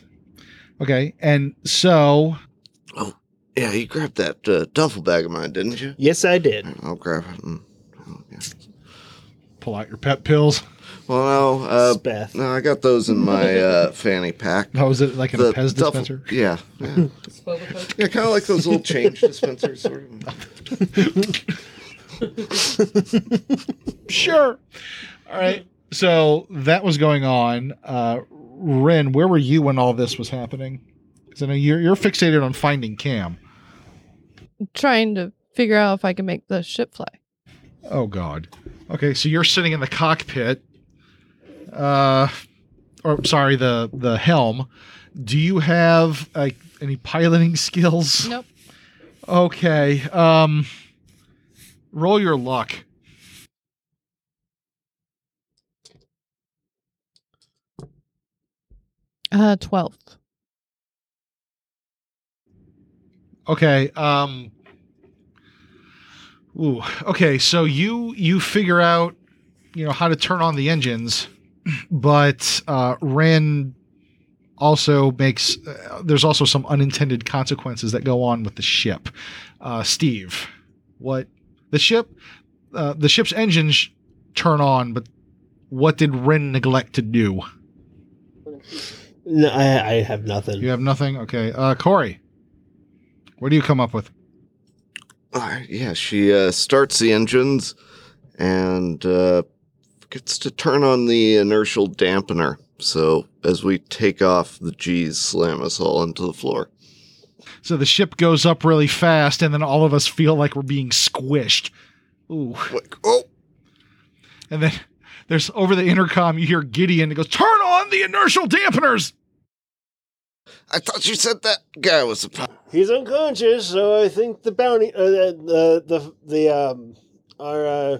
C: Okay, and so
H: Yeah, you grabbed that uh, duffel bag of mine, didn't you?
E: yes, I did.
H: I'll grab it. And, oh, okay.
C: pull out your pet pills.
H: Well, no, uh,
E: Speth.
H: no, I got those in my uh, fanny pack.
C: Oh, is it like an
H: The
C: Pez
H: duffel-
C: dispenser?
H: Yeah, yeah, yeah kind of like those old change dispensers, sort of.
C: Sure. All right. So that was going on. Uh, Ren, where were you when all this was happening? Because I know you're you're fixated on finding Cam.
G: trying to figure out if I can make the ship fly.
J: Oh God.
C: Okay, so you're sitting in the cockpit, uh, or sorry, the the helm. Do you have like any piloting skills?
G: Nope.
C: Okay. Um, roll your luck.
G: Uh, 12th.
C: Okay. Um. Ooh. Okay. So you you figure out you know how to turn on the engines, but uh, Ren also makes uh, there's also some unintended consequences that go on with the ship. Uh, Steve, what the ship uh, the ship's engines sh- turn on, but what did Ren neglect to do?
E: No, I, I have nothing.
C: You have nothing. Okay. Uh, Corey, what do you come up with?
H: Uh, yeah, she uh, starts the engines and uh, gets to turn on the inertial dampener. So as we take off, the G's slam us all into the floor.
C: So the ship goes up really fast, and then all of us feel like we're being squished. Ooh.
H: Like, oh,
C: And then there's over the intercom, you hear Gideon. It goes, Turn on the inertial dampeners.
H: I thought you said that guy was a pilot.
E: He's unconscious, so I think the bounty, uh, the the the um, our uh,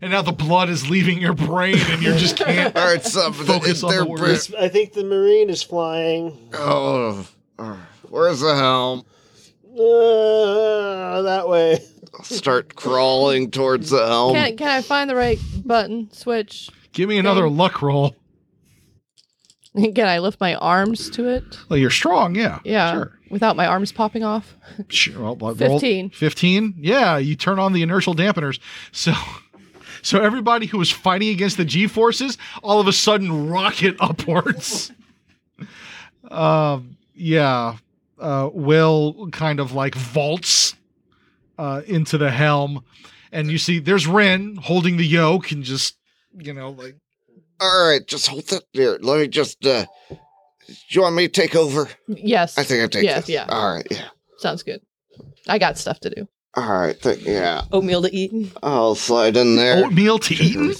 C: And now the blood is leaving your brain, and you just can't.
H: All right, so
C: Focus
H: it's
C: on
H: their
C: the word.
H: br-
E: I think the marine is flying
H: Oh, uh, where's the helm?
E: uh, that way.
H: I'll start crawling towards the helm.
G: Can, can I find the right button? Switch.
C: Give me another luck roll.
G: Can I lift my arms to it?
C: Well, you're strong, yeah.
G: Yeah.
C: Sure.
G: Without my arms popping off?
C: Sure. Well, well, roll-
G: 15.
C: 15? Yeah, you turn on the inertial dampeners. So so everybody who was fighting against the G forces all of a sudden rocket upwards. um yeah. Uh Will kind of like vaults uh into the helm and you see there's Ren holding the yoke and just you know like
H: All right, just hold that there. Let me just. uh Do you want me to take over?
G: Yes.
H: I think I take.
G: Yes,
H: this.
G: yeah.
H: All right. Yeah.
G: Sounds good. I got stuff to do.
H: All right. Th- yeah.
F: Oatmeal to eat.
H: I'll slide in there.
C: oatmeal to eat.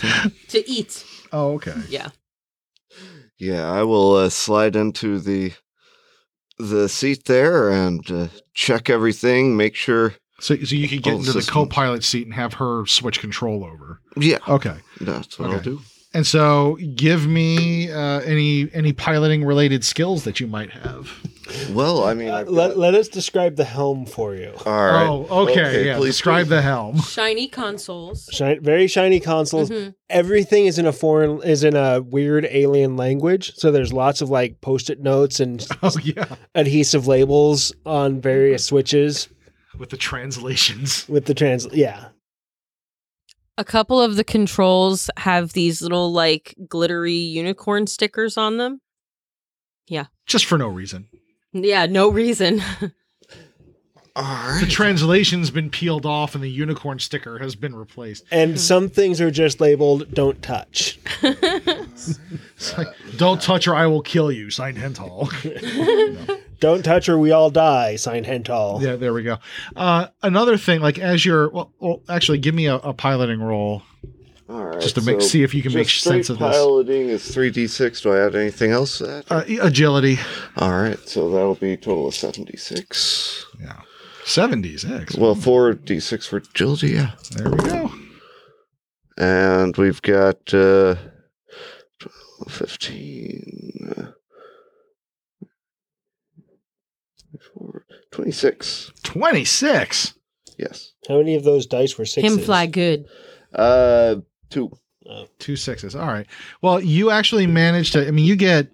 F: To eat.
C: Oh, okay.
H: Yeah, I will uh, slide into the the seat there and uh, check everything. Make sure.
C: So, so you could get
H: Oh,
C: into the
H: system.
C: co-pilot seat and have her switch control over.
H: Yeah,
C: Okay.
H: that's what I'll
C: Okay.
H: do.
C: And so, give me uh, any any piloting related skills that you might have.
H: Well, I mean,
E: Uh,
H: I've
E: let,
H: got-
E: let us describe the helm for you.
H: all right.
C: Oh, okay.
H: Okay,
C: yeah.
H: please
C: Describe
H: do.
C: the helm.
F: Shiny consoles.
E: Shine, very shiny consoles.
F: Mhm.
E: Everything is in a foreign, is in a weird alien language. So there's lots of like post-it notes and
C: Oh yeah,
E: adhesive labels on various switches
C: with the translations.
E: with the trans. Yeah,
F: A couple of the controls have these little like glittery unicorn stickers on them.
C: Just for no reason.
F: Yeah, no reason.
H: All
C: The
H: right.
C: translation's been peeled off and the unicorn sticker has been replaced.
E: and some things are just labeled "Don't touch."
C: It's like, don't touch or I will kill you, signed Henthal.
E: Don't touch or we all die. Signed Hental.
C: yeah, there we go. Uh, another thing, like as you're, well, well actually, give me a, a piloting roll
H: All right.
C: just to make,
H: so
C: see if you can make
H: just
C: sense
H: straight
C: of this.
H: Piloting is three d six. Do I add anything else? to that?
C: Uh, agility.
H: all right. So that'll be a total of seventy six.
C: Yeah. 70s, X.
H: Well, four d six for agility. Yeah.
C: There we go.
H: and we've got uh, 12, 15, uh, 24, 26.
C: 26.
H: Yes.
E: How many of those dice were sixes?
F: Him fly good.
H: Uh, two.
C: Two sixes. All right. Well, you actually managed to. I mean, you get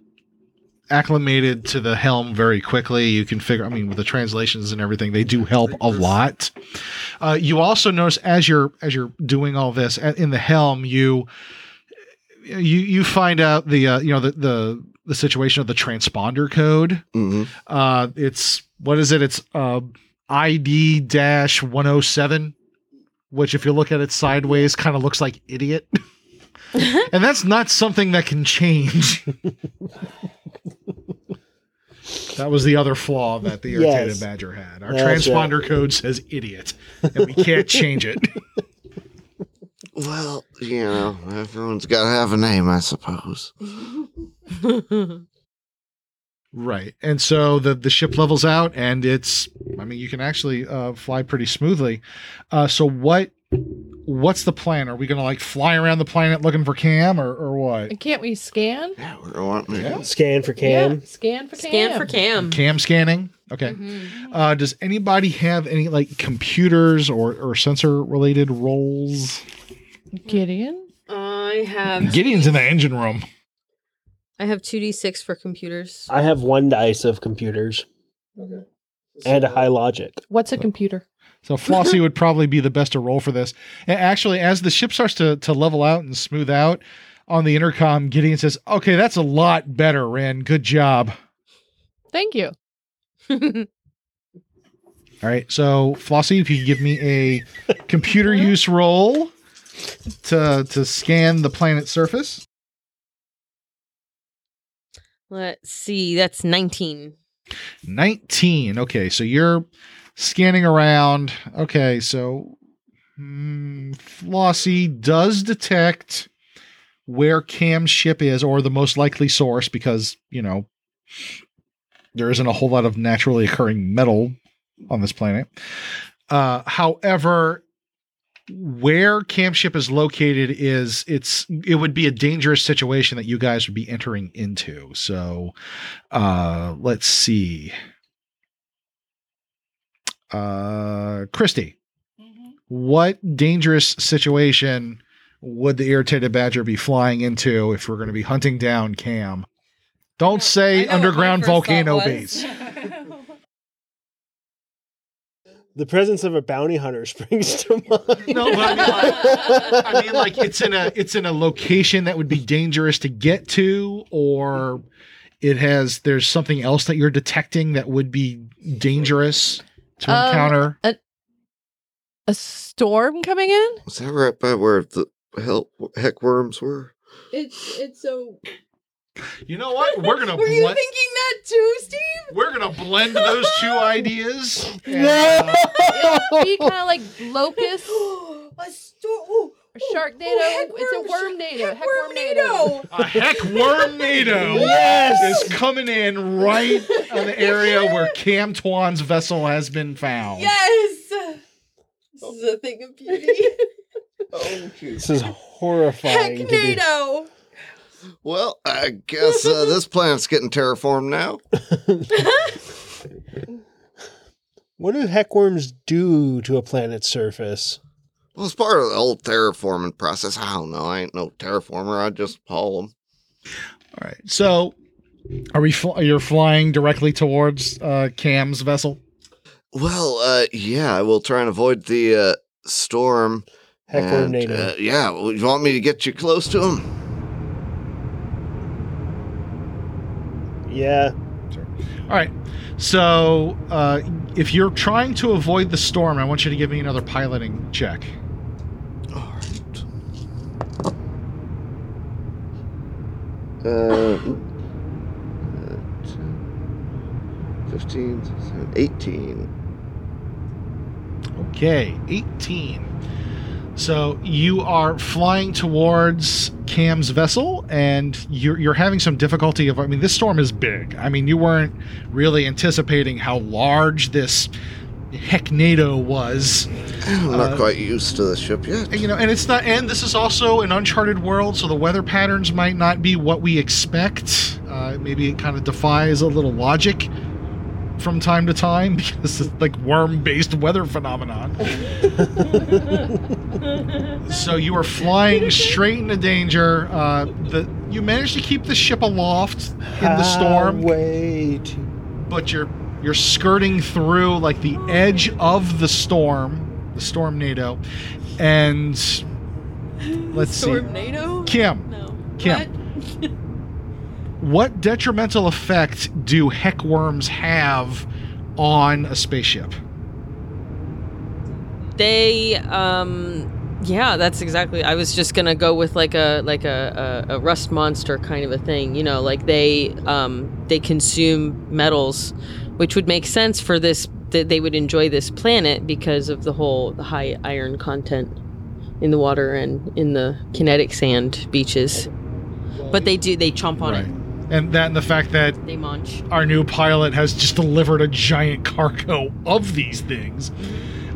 C: acclimated to the helm very quickly. You can figure. I mean, with the translations and everything, they do help a lot. Uh, you also notice as you're as you're doing all this a- in the helm, you you you find out the uh, you know the the the situation of the transponder code.
H: Mm-hmm.
C: Uh, it's what is it? It's uh, ID dash one hundred seven, which if you look at it sideways, kind of looks like idiot. and that's not something that can change. that was the other flaw that the irritated
E: Yes.
C: badger had. Our
E: That's
C: transponder code says idiot, and we can't change it.
H: Well, you know, everyone's got to have a name, I suppose.
C: Right. And so the, the ship levels out and it's I mean you can actually uh, fly pretty smoothly. Uh, so what what's the plan? Are we gonna like fly around the planet looking for Cam or, or what?
G: And can't we scan?
H: Yeah, we're wanting
C: Yeah.
E: Scan for Cam.
G: Yeah, scan for Cam.
F: Scan for Cam.
C: Cam scanning? Okay. Uh, does anybody have any like computers or, or sensor related roles?
G: Gideon.
F: I have
C: Gideon's in the engine room.
F: I have two d six for computers.
E: I have one dice of computers. And a high logic.
G: What's a computer?
C: So Flossie would probably be the best to roll for this. And actually, as the ship starts to to level out and smooth out on the intercom, Gideon says, "Okay, that's a lot better, Ren. Good job."
G: Thank you.
C: All right, so Flossie, if you could give me a computer use roll to to scan the planet's surface.
F: Let's see. That's nineteen.
C: 19. Okay, so you're scanning around. Okay, so hmm, Flossie does detect where Cam's ship is or the most likely source because, you know, there isn't a whole lot of naturally occurring metal on this planet. Uh, however, where Cam ship is located is it's it would be a dangerous situation that you guys would be entering into. So uh let's see uh christy Mm-hmm. what dangerous situation would the irritated badger be flying into if we're going to be hunting down cam don't say underground volcano base
E: The presence of a bounty hunter springs to mind.
C: no but I mean, like, I mean like it's in a it's in a location that would be dangerous to get to or it has there's something else that you're detecting that would be dangerous to
G: Um,
C: encounter
G: A storm coming in?
H: Was that right by where the hell heck worms were?
F: It's it's so.
C: You know what? We're gonna
F: Were you
C: blend,
F: thinking that too, Steve?
C: we're gonna blend those two ideas.
G: be kind of like locust
F: a storm.
G: or sharknado. it's a worm nato. Heck worm nato.
F: Tornado.
C: A heck worm NATO
E: Yes!
C: is coming in right on the area where Cam Twan's vessel has been found.
F: Yes. This is a thing of beauty.
E: This is horrifying. to be-
F: Hecknado.
H: Well, I guess uh, this planet's getting terraformed now.
E: What do heckworms do to a planet's surface?
H: Well, it's part of the whole terraforming process. I don't know. I ain't no terraformer. I just haul them.
C: All right. So, are we? Fl- you're flying directly towards uh, Cam's vessel.
H: Well, uh, yeah, I will try and avoid the uh, storm.
E: Heckworm
H: and,
E: native.
H: uh, yeah, well, you want me to get you close to him?
E: yeah.
C: All right. So, uh, if you're trying to avoid the storm, I want you to give me another piloting check.
H: All right. Uh, uh, 15, 18.
C: Okay, 18. So you are flying towards Cam's vessel, and you're, you're having some difficulty. Of I mean, this storm is big. I mean, you weren't really anticipating how large this hecknado was.
H: I'm not
C: Uh,
H: quite used to the ship yet.
C: And, you know, and it's not. And this is also an uncharted world, so the weather patterns might not be what we expect. Uh, maybe it kind of defies a little logic from time to time because it's like worm-based weather phenomenon. so you are flying straight into danger. Uh, the you managed to keep the ship aloft in
E: Ah,
C: the storm,
E: Wait.
C: but you're you're skirting through like the edge of the storm, the storm NATO, and let's see,
F: Tornado.
C: Kim,
F: No.
C: Kim. what detrimental effect do heckworms have on a spaceship?
F: They um yeah, that's exactly. I was just gonna go with like a like a, a, a rust monster kind of a thing, you know, like they um they consume metals, which would make sense for this that they would enjoy this planet because of the whole high iron content in the water and in the kinetic sand beaches. But they do they chomp on
C: right.
F: it.
C: And that and the fact that
F: They munch.
C: our new pilot has just delivered a giant cargo of these things.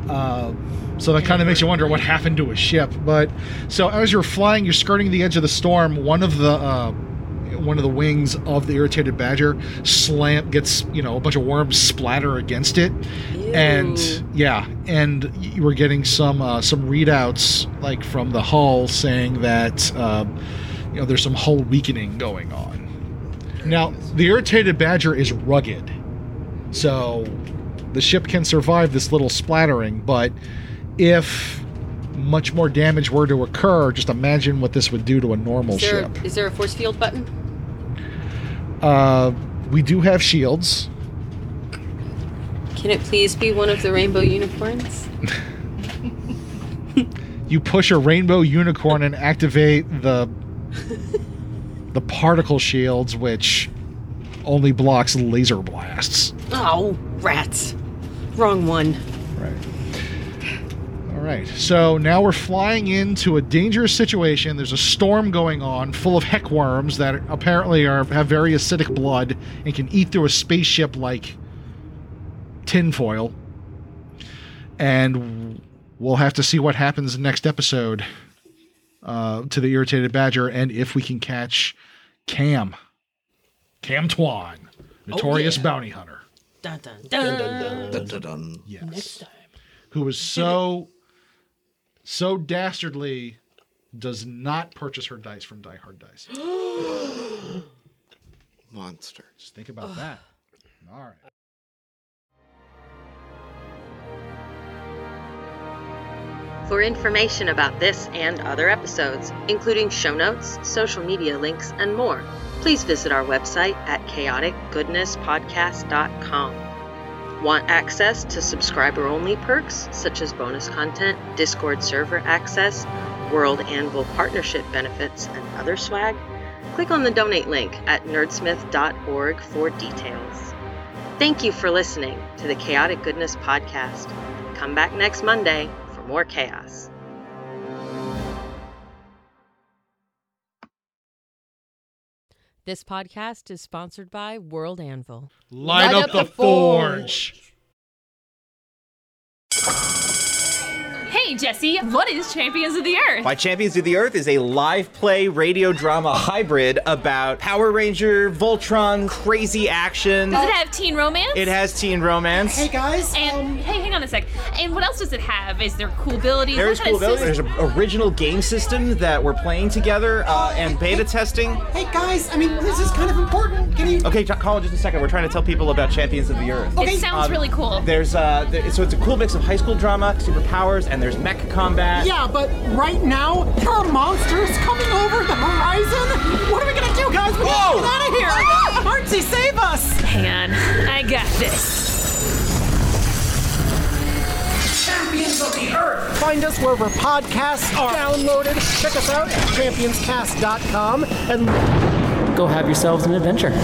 C: Uh, so that kind of makes you wonder what happened to a ship. But so as you're flying, you're skirting the edge of the storm. One of the uh, one of the wings of the irritated badger slam gets you know a bunch of worms splatter against it, and yeah, and you were getting some uh, some readouts like from the hull saying that uh, you know there's some hull weakening going on. Now the irritated badger is rugged, so the ship can survive this little splattering, but if much more damage were to occur, just imagine what this would do to a normal
F: Is there,
C: ship.
F: is there a force field button?
C: Uh, we do have shields.
F: Can it please be one of the rainbow unicorns?
C: You push a rainbow unicorn and activate the the particle shields, which only blocks laser blasts.
F: Oh, rats. Wrong one.
C: Right. All right. So now we're flying into a dangerous situation. There's a storm going on full of heckworms that apparently are have very acidic blood and can eat through a spaceship like tinfoil. And we'll have to see what happens next episode uh, to the irritated badger and if we can catch Cam. Cam Twan, notorious bounty hunter.
F: Dun, dun, dun.
H: Dun, dun, dun.
C: Yes. Next time. Who was so so dastardly does not purchase her dice from Die Hard Dice.
H: Monster.
C: Just think about that. All right.
A: For information about this and other episodes, including show notes, social media links, and more, please visit our website at chaoticgoodnesspodcast.com. Want access to subscriber only perks such as bonus content, Discord server access, World Anvil partnership benefits, and other swag? Click on the donate link at nerdsmith.org for details. Thank you for listening to the Chaotic Goodness Podcast. Come back next Monday for more chaos.
F: This podcast is sponsored by World Anvil.
C: Light, up, the, forge.
G: Hey, Jesse, what is Champions of the Earth?
K: Why Champions of the Earth is a live play radio drama hybrid about Power Ranger, Voltron, crazy action.
G: Does it have teen romance?
K: It has teen romance.
G: guys. And hey, hang on a sec. And what else does it have? Is there cool abilities?
K: There's
G: What kind
K: cool
G: of
K: abilities.
G: sus-
K: There's an original game system that we're playing together uh, and beta testing.
B: Hey guys, I mean this is kind of important. Can you?
K: Okay, t- Colin, oh, just a second. We're trying to tell people about Champions of the Earth.
G: It sounds
K: Um,
G: really cool.
K: There's uh, th- so it's a cool mix of high school drama, superpowers, and there's mech combat.
B: Yeah, but right now there are monsters coming over the horizon. What are we gonna do, guys? We gotta
K: Whoa!
B: get out of here. Archie, save us!
G: Hang on. I got this.
B: Champions of the Earth. Find us wherever podcasts are downloaded. Check us out at championscast.com and go have yourselves an adventure.